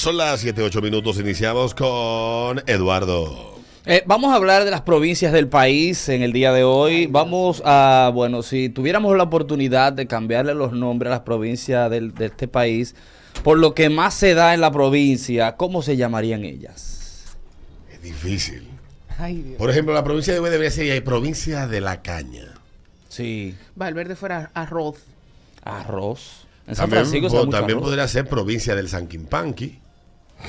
Son las 7-8 minutos, iniciamos con Eduardo. Eh, vamos a hablar de las provincias del país en el día de hoy. Vamos a, bueno, si tuviéramos la oportunidad de cambiarle los nombres a las provincias del- de este país, por lo que más se da en la provincia, ¿cómo se llamarían ellas? Es difícil. Por ejemplo, la provincia de Huey debería ser eh, provincia de la caña. Sí, Valverde fuera arroz. arroz. En San También, Francisco se po- da mucho también arroz. podría ser provincia del Sanquimpanqui.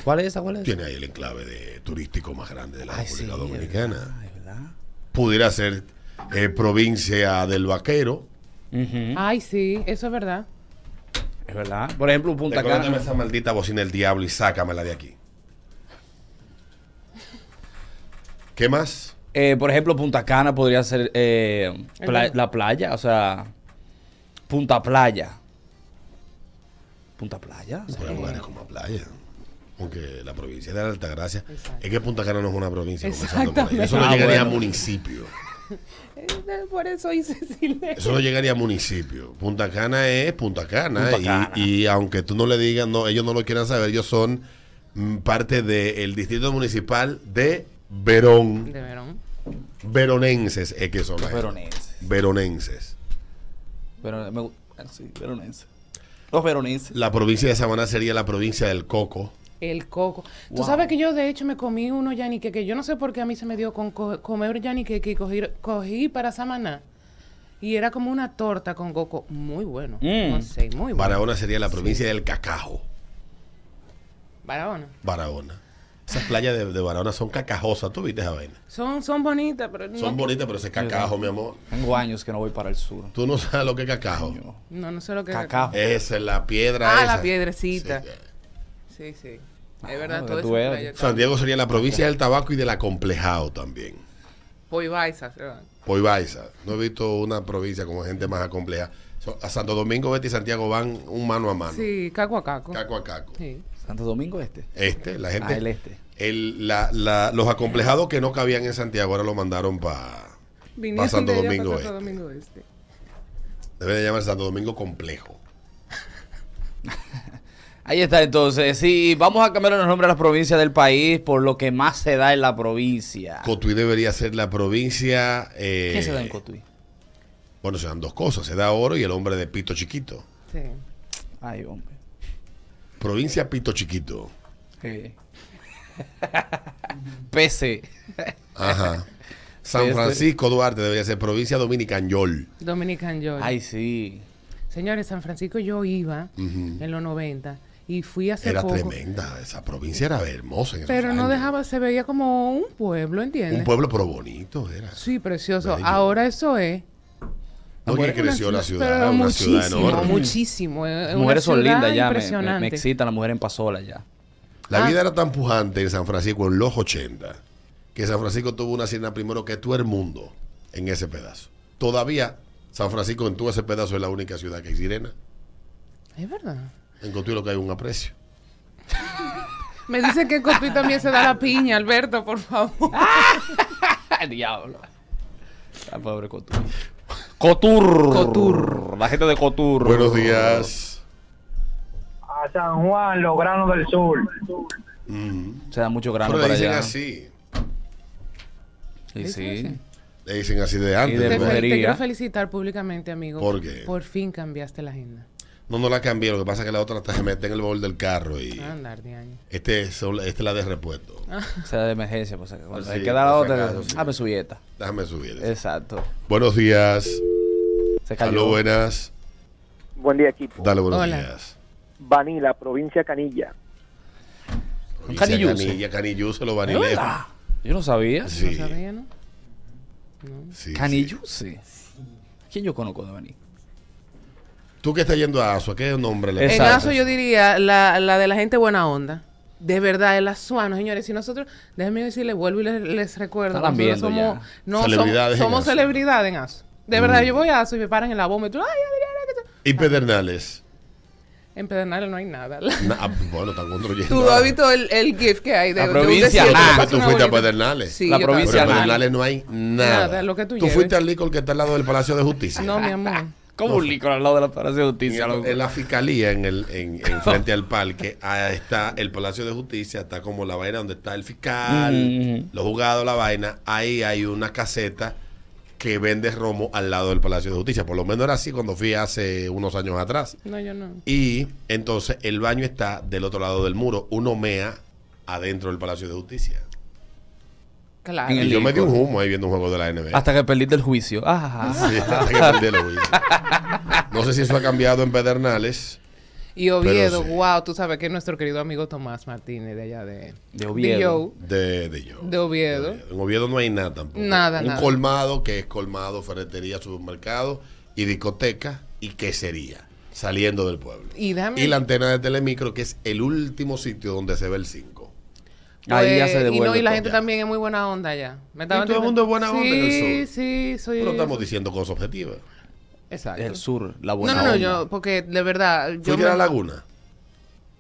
¿Cuál es esa? ¿Cuál es? esa? Tiene ahí el enclave de turístico más grande de la Ay, sí, República es Dominicana. verdad, es verdad. Pudiera ser eh, provincia del Vaquero. Ujú, Ay, sí, eso es verdad. Es verdad. Por ejemplo, Punta Recuérdame Cana. esa maldita bocina del diablo y sácamela de aquí. ¿Qué más? Eh, por ejemplo, Punta Cana podría ser eh, pla- verdad. la playa, o sea, Punta Playa. Punta Playa. o sea, Por lugares como playa. Aunque la provincia de la Altagracia. Es que Punta Cana no es una provincia. comenzando por ahí. Eso no Exactamente. llegaría Ah, a bueno. municipio. Eh, Por eso hice silencio. Eso no llegaría a municipio. Punta Cana es Punta Cana. Punta y, Cana. y aunque tú no le digas, no, ellos no lo quieran saber, ellos son mm, parte del distrito municipal de Verón. De Verón. Veronenses es que son. Los ahí. veronenses. Veronenses. Pero me gu- ah, sí, veronense. Los veronenses. La provincia de Samaná sería la provincia del Coco. El coco. Tú Wow. sabes que yo, de hecho, me comí uno yaniqueque. Yo no sé por qué a mí se me dio con co- comer yaniqueque y cogí, cogí para Samaná. Y era como una torta con coco. Muy bueno. Mm. No sé, muy bueno. Barahona sería la provincia del Cacajo. Barahona. Barahona. Esas playas de, de Barahona son cacajosas. ¿Tú viste esa vaina? Son, son bonitas, pero no, Son bonitas, pero ese es cacajo, mi amor. Tengo años que no voy para el sur. Tú no sabes lo que es cacajo. no, no sé lo que Cacao. Esa es la piedra Ah, esa. la piedrecita. Sí, sí. Sí, sí. Ah, Es verdad, que todo tú eso. veas. playa. San Diego sería la provincia del tabaco y del acomplejado también. Poibaisa, ¿verdad? Poibaiza. No he visto una provincia con gente más acomplejada. So- A Santo Domingo, Betty y Santiago van un mano a mano. Sí, caco a caco. Caco a caco. Sí. Santo Domingo Este. Este, la gente. Ah, el este. el- la- la- los acomplejados que no cabían en Santiago ahora lo mandaron para. Vinieron Santo de allá Domingo para Santo Este. Domingo Este. Deben de llamar Santo Domingo complejo. Ahí está entonces. Sí, vamos a cambiar los nombres a las provincias del país por lo que más se da en la provincia. Cotuí debería ser la provincia. eh, ¿Qué se da en Cotuí? Bueno, se dan dos cosas: se da oro y el hombre de Pito Chiquito. Sí. Ay, hombre. Provincia Pito Chiquito. Sí. PC. Ajá. San Este- Francisco Duarte debería ser provincia dominicañol. Dominican Joy. Ay, sí. Señores, San Francisco yo iba Ujú. en los 90 y fui hace Era poco. tremenda, esa provincia era hermosa. en esos Pero no años. dejaba, se veía como un pueblo, ¿entiendes? Un pueblo pero bonito era. Sí, precioso. Bello. Ahora eso es. No que Mujeres- creció la una- ciudad, pero una muchísimo, ciudad enorme. muchísimo. eh, Las una mujeres son ciudad lindas ya. me- Me, Impresionante. me excitan las mujeres en pasola ya. La Ah. vida era tan pujante en San Francisco en los 80 que San Francisco tuvo una hacienda primero que todo el mundo en ese pedazo. Todavía San Francisco en todo ese pedazo es la única ciudad que hay sirena. Es verdad. En Cotuí lo que hay un aprecio. Me dicen que en Cotuí también se da la piña, Alberto, por favor. ¡El diablo! La pobre Cotur. Cotur. Cotur. La gente de Cotur. Buenos días. a San Juan, los granos del sur. Mm. Se da mucho grano Pero le para dicen allá. así. Y sí. Le dicen así de antes. Y de ¿no? Te, fel- te brujería. quiero felicitar públicamente, amigo. ¿Por qué? Por fin cambiaste la agenda. No, no la cambié. Lo que pasa es que la otra hasta se mete en el bol del carro y Andar de año. este es sol- esta es la de repuesto. Ah. Se da de emergencia. Pues, cuando Sí, se queda la por si otra. acaso, sí. Ah, me subí esta. Déjame subir. Eh. eso. Exacto. Buenos días. Se cayó. Aló, buenas. Buen día, equipo. Dale, buenos Hola. días. Vanilla, provincia Canilla. Provincia canilluce. Canilla, Canilluce, los ¿Es vanileos. verdad? Yo no sabía. Sí, No sabía, ¿no? sí, Canilluce. ¿Quién yo conozco de Baní? sí. Tú que estás yendo a ASO, ¿qué nombre le Exacto. En caso yo diría la, la de la gente buena onda. De verdad, el azuano, señores. Si nosotros, déjenme decirles, vuelvo y les, les recuerdo. Estaban nosotros viendo somos, ya. No, Celebridades celebridades en somos, Aso. celebridades en ASO. De verdad, yo voy a ASO y me paran en la bomba y tú, ay, Adriana, ¿qué tal?". Y Pedernales. En Pedernales no hay nada. La- Na- ah, bueno, están construyendo. tú has visto el, el GIF que hay de La de un provincia, desierto, nada. pasa Tú una fuiste a bolita. Pedernales. Sí, La yo estaba en Pero provincia, en nada. Pedernales no hay nada. Nada, lo que tú fuiste lleves. al licor que está al lado del Palacio de Justicia. No, mi amor. Como un licor al lado de la Palacio de Justicia, En, loco. en la fiscalía, en el en, en frente al parque, ahí está el Palacio de Justicia, está como la vaina donde está el fiscal, Mm. los juzgados, la vaina. Ahí hay una caseta que vende romo al lado del Palacio de Justicia. Por lo menos era así cuando fui hace unos años atrás. No, yo no. Y entonces el baño está del otro lado del muro. Uno mea adentro del Palacio de Justicia. Claro. En Y el yo me di un licor. humo ahí viendo un juego de la NBA. Hasta que perdiste el juicio. Ah. Sí, hasta que perdí el oído. No sé si eso ha cambiado en Pedernales. Y Oviedo, sí. wow, tú sabes que es nuestro querido amigo Tomás Martínez de allá de, De Oviedo. De, de yo. De Oviedo. En Oviedo no hay nada tampoco. Nada, Un nada. colmado que es colmado, ferretería, supermercado y discoteca y quesería saliendo del pueblo. Y déjame- la antena de Telemicro que es el último sitio donde se ve el 5. Ahí ya Pues, se Y, no, devuelve y la todo. gente ya. también es muy buena onda allá. ¿Me estaba Y todo el entendiendo? mundo es buena onda en el sur. Sí, sí, soy... No estamos diciendo cosas objetivas. Exacto. El sur, la No, buena no, no, onda. yo, porque de verdad... Yo ¿Fuiste me- a la laguna?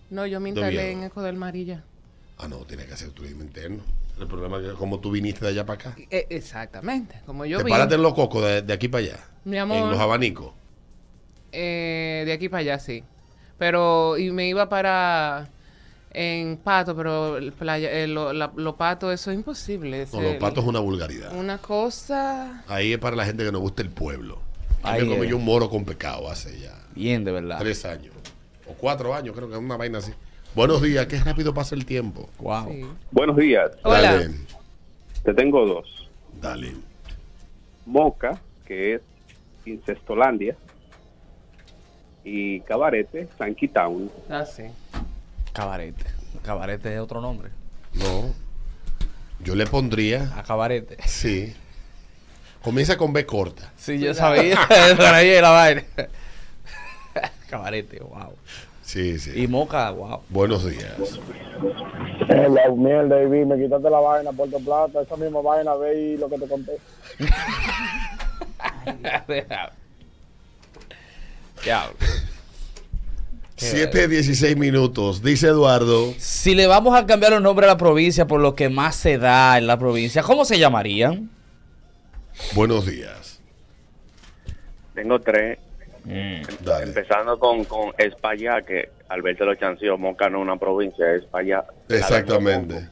No, yo me De instalé Oviedo. en Eco del Marilla. Ah, no, tiene que hacer turismo interno. El problema es que como tú viniste de allá para acá. E- exactamente, como yo Te vi... párate en los cocos de, de aquí para allá. Mi amor. En los abanicos. Eh, de aquí para allá, sí. Pero, y me iba para en Pato, pero el playa, eh, lo, la- lo Pato, eso es imposible. No, ese- los patos es una vulgaridad. Una cosa... Ahí es para la gente que nos gusta el pueblo. Ahí Ahí me comí es. yo un moro con pecado hace ya Bien, de Ah. verdad. tres años. O cuatro años, creo que es una vaina así. Buenos días, qué rápido pasa el tiempo. Wow. sí. Buenos días, Hola. Dale, te tengo dos. dale. Moca, que es Incestolandia, y Cabarete, Sankey Town. Ah, sí. Cabarete. Cabarete es otro nombre. No. Yo le pondría, A cabarete. sí. Comienza con B corta. Sí, yo sabía. Por ahí era la vaina. Cabarete, wow. Sí, Y sí. moca, wow. Buenos días. La mierda, David, me quitaste la vaina, Puerto Plata, esa misma vaina, ve y lo que te conté. Diablo. 7, 16 minutos. Dice Eduardo. Si le vamos a cambiar los nombres a la provincia por lo que más se da en la provincia, ¿cómo se llamarían? Buenos días. Tengo tres, Mm. Dale. empezando con, con España, que Alberto lo chanceó, Moca no es una provincia, es España. Exactamente.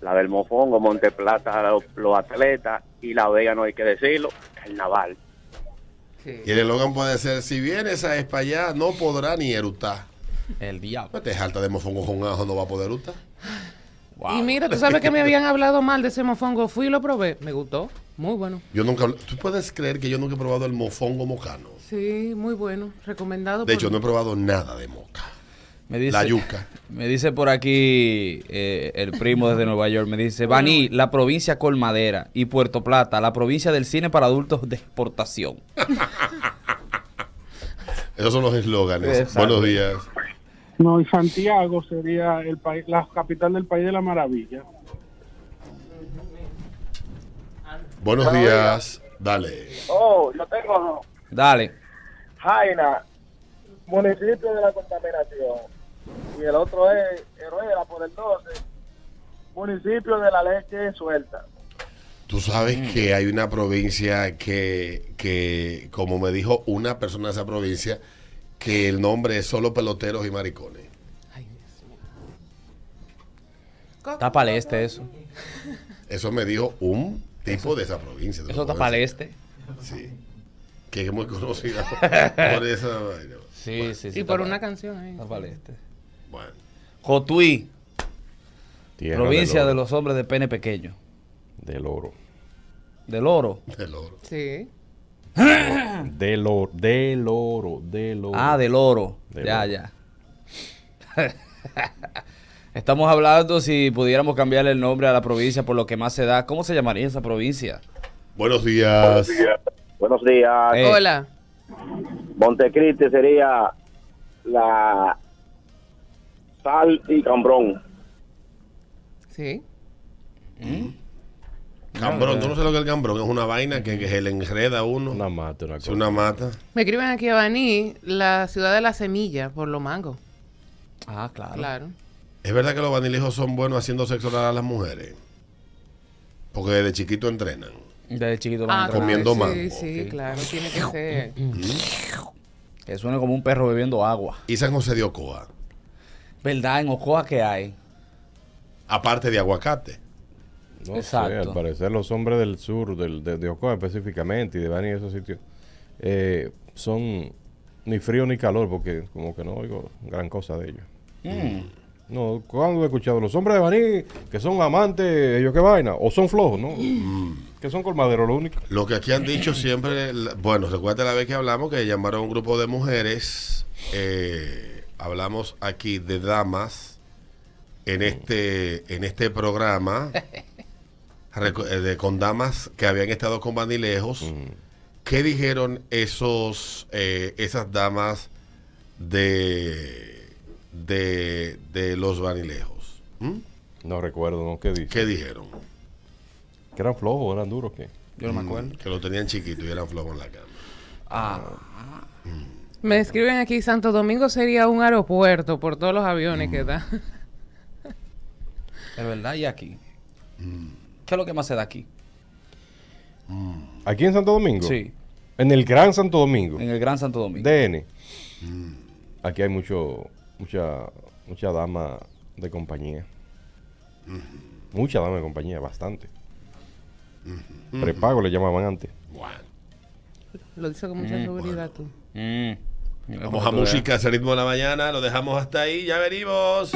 La del Mofongo, Monteplata, los, los atletas, y La Vega, no hay que decirlo, Carnaval. Sí. Y el eslogan puede ser, si vienes a España, no podrá ni erutar. El diablo. No te jalta de mofongo con ajo, no va a poder erutar. Wow. Y mira, tú sabes que me habían hablado mal de ese mofongo. Fui y lo probé. Me gustó. Muy bueno. Yo nunca... ¿Tú puedes creer que yo nunca he probado el mofongo mocano? Sí, muy bueno. Recomendado. De hecho, no he probado nada de moca. Me dice, La yuca. Me dice por aquí eh, el primo desde Nueva York, me dice, Baní, la provincia colmadera y Puerto Plata, la provincia del cine para adultos de exportación. Esos son los eslóganes. Exacto. Buenos días. No, y Santiago sería el país, la capital del país de la maravilla. Buenos días. Dale. Oh, yo tengo Dale. Jaina, municipio de la contaminación. Y el otro es Heruela por el 12, municipio de la leche suelta. Tú sabes Mm. que hay una provincia que, que, como me dijo una persona de esa provincia, que el nombre es solo peloteros y maricones. Está para el este eso. Eso me dijo un tipo de esa provincia. de Eso la está para el provincia. este. Sí. Que es muy conocida por esa vaina. Sí, sí, y por una canción. ahí. Ah, Está para el este. Bueno. Cotuí, Tierra provincia del de oro, los hombres de pene pequeño. del oro. Del oro. El oro. Sí. Del oro. Del oro. Del oro. Ah, del oro. Del ya, oro. ya. Estamos hablando si pudiéramos cambiarle el nombre a la provincia por lo que más se da. ¿Cómo se llamaría esa provincia? Buenos días. Buenos días, Eh, Hola. Montecristi sería la Sal y Cambrón. Sí. Cambrón. Tú no sabes lo que es el cambrón. Es una vaina que, que se le enreda a uno. Una mata, una es cosa. una mata. Me escriben aquí a Baní, la ciudad de la semilla, por los mangos. Ah, claro. Claro. Es verdad que los vanilejos son buenos haciendo sexo oral a las mujeres. Porque desde chiquito entrenan. Desde chiquito Ah, van a entrenar. comiendo sí, mango, Sí, ok. claro, tiene que ser. Que suena como un perro bebiendo agua. Y San José de Ocoa, ¿Verdad? En Ocoa que hay. aparte de aguacate. No sé, Exacto. al parecer los hombres del sur, del, de, de Ocoa específicamente, y de Bani y esos sitios, eh, son ni frío ni calor, porque como que no oigo gran cosa de ellos. Mm. No, ¿cuándo he escuchado? Los hombres de Baní, que son amantes, ellos qué vaina, o son flojos, ¿no? Mm. Que son colmaderos, lo único. Lo que aquí han dicho siempre, la- bueno, recuerda la vez que hablamos que llamaron a un grupo de mujeres, eh, hablamos aquí de damas en este, en este programa, reco- eh, de- con damas que habían estado con vanilejos. ¿Qué dijeron esos, eh, esas damas de, de, de los vanilejos? ¿Mm? No recuerdo, ¿no? ¿Qué dice? ¿Qué dijeron? Que eran flojos, eran duros, ¿qué? Yo no me acuerdo. Mm, Que lo tenían chiquito y eran flojos en la cama. Ah, Me escriben aquí, Santo Domingo sería un aeropuerto por todos los aviones Mm. que da. es verdad. ¿Y aquí? Mm. ¿Qué es lo que más se da aquí? ¿Aquí en Santo Domingo? Sí. En el Gran Santo Domingo. En el Gran Santo Domingo. DN. Aquí hay mucho, mucha, mucha dama de compañía. Mucha dama de compañía, bastante. Prepago le llamaban antes. Bueno. Lo dice con mucha seguridad tú. Mm. Mira Vamos cómo a tú ves. música, ese ritmo de la mañana, lo dejamos hasta ahí, ya venimos.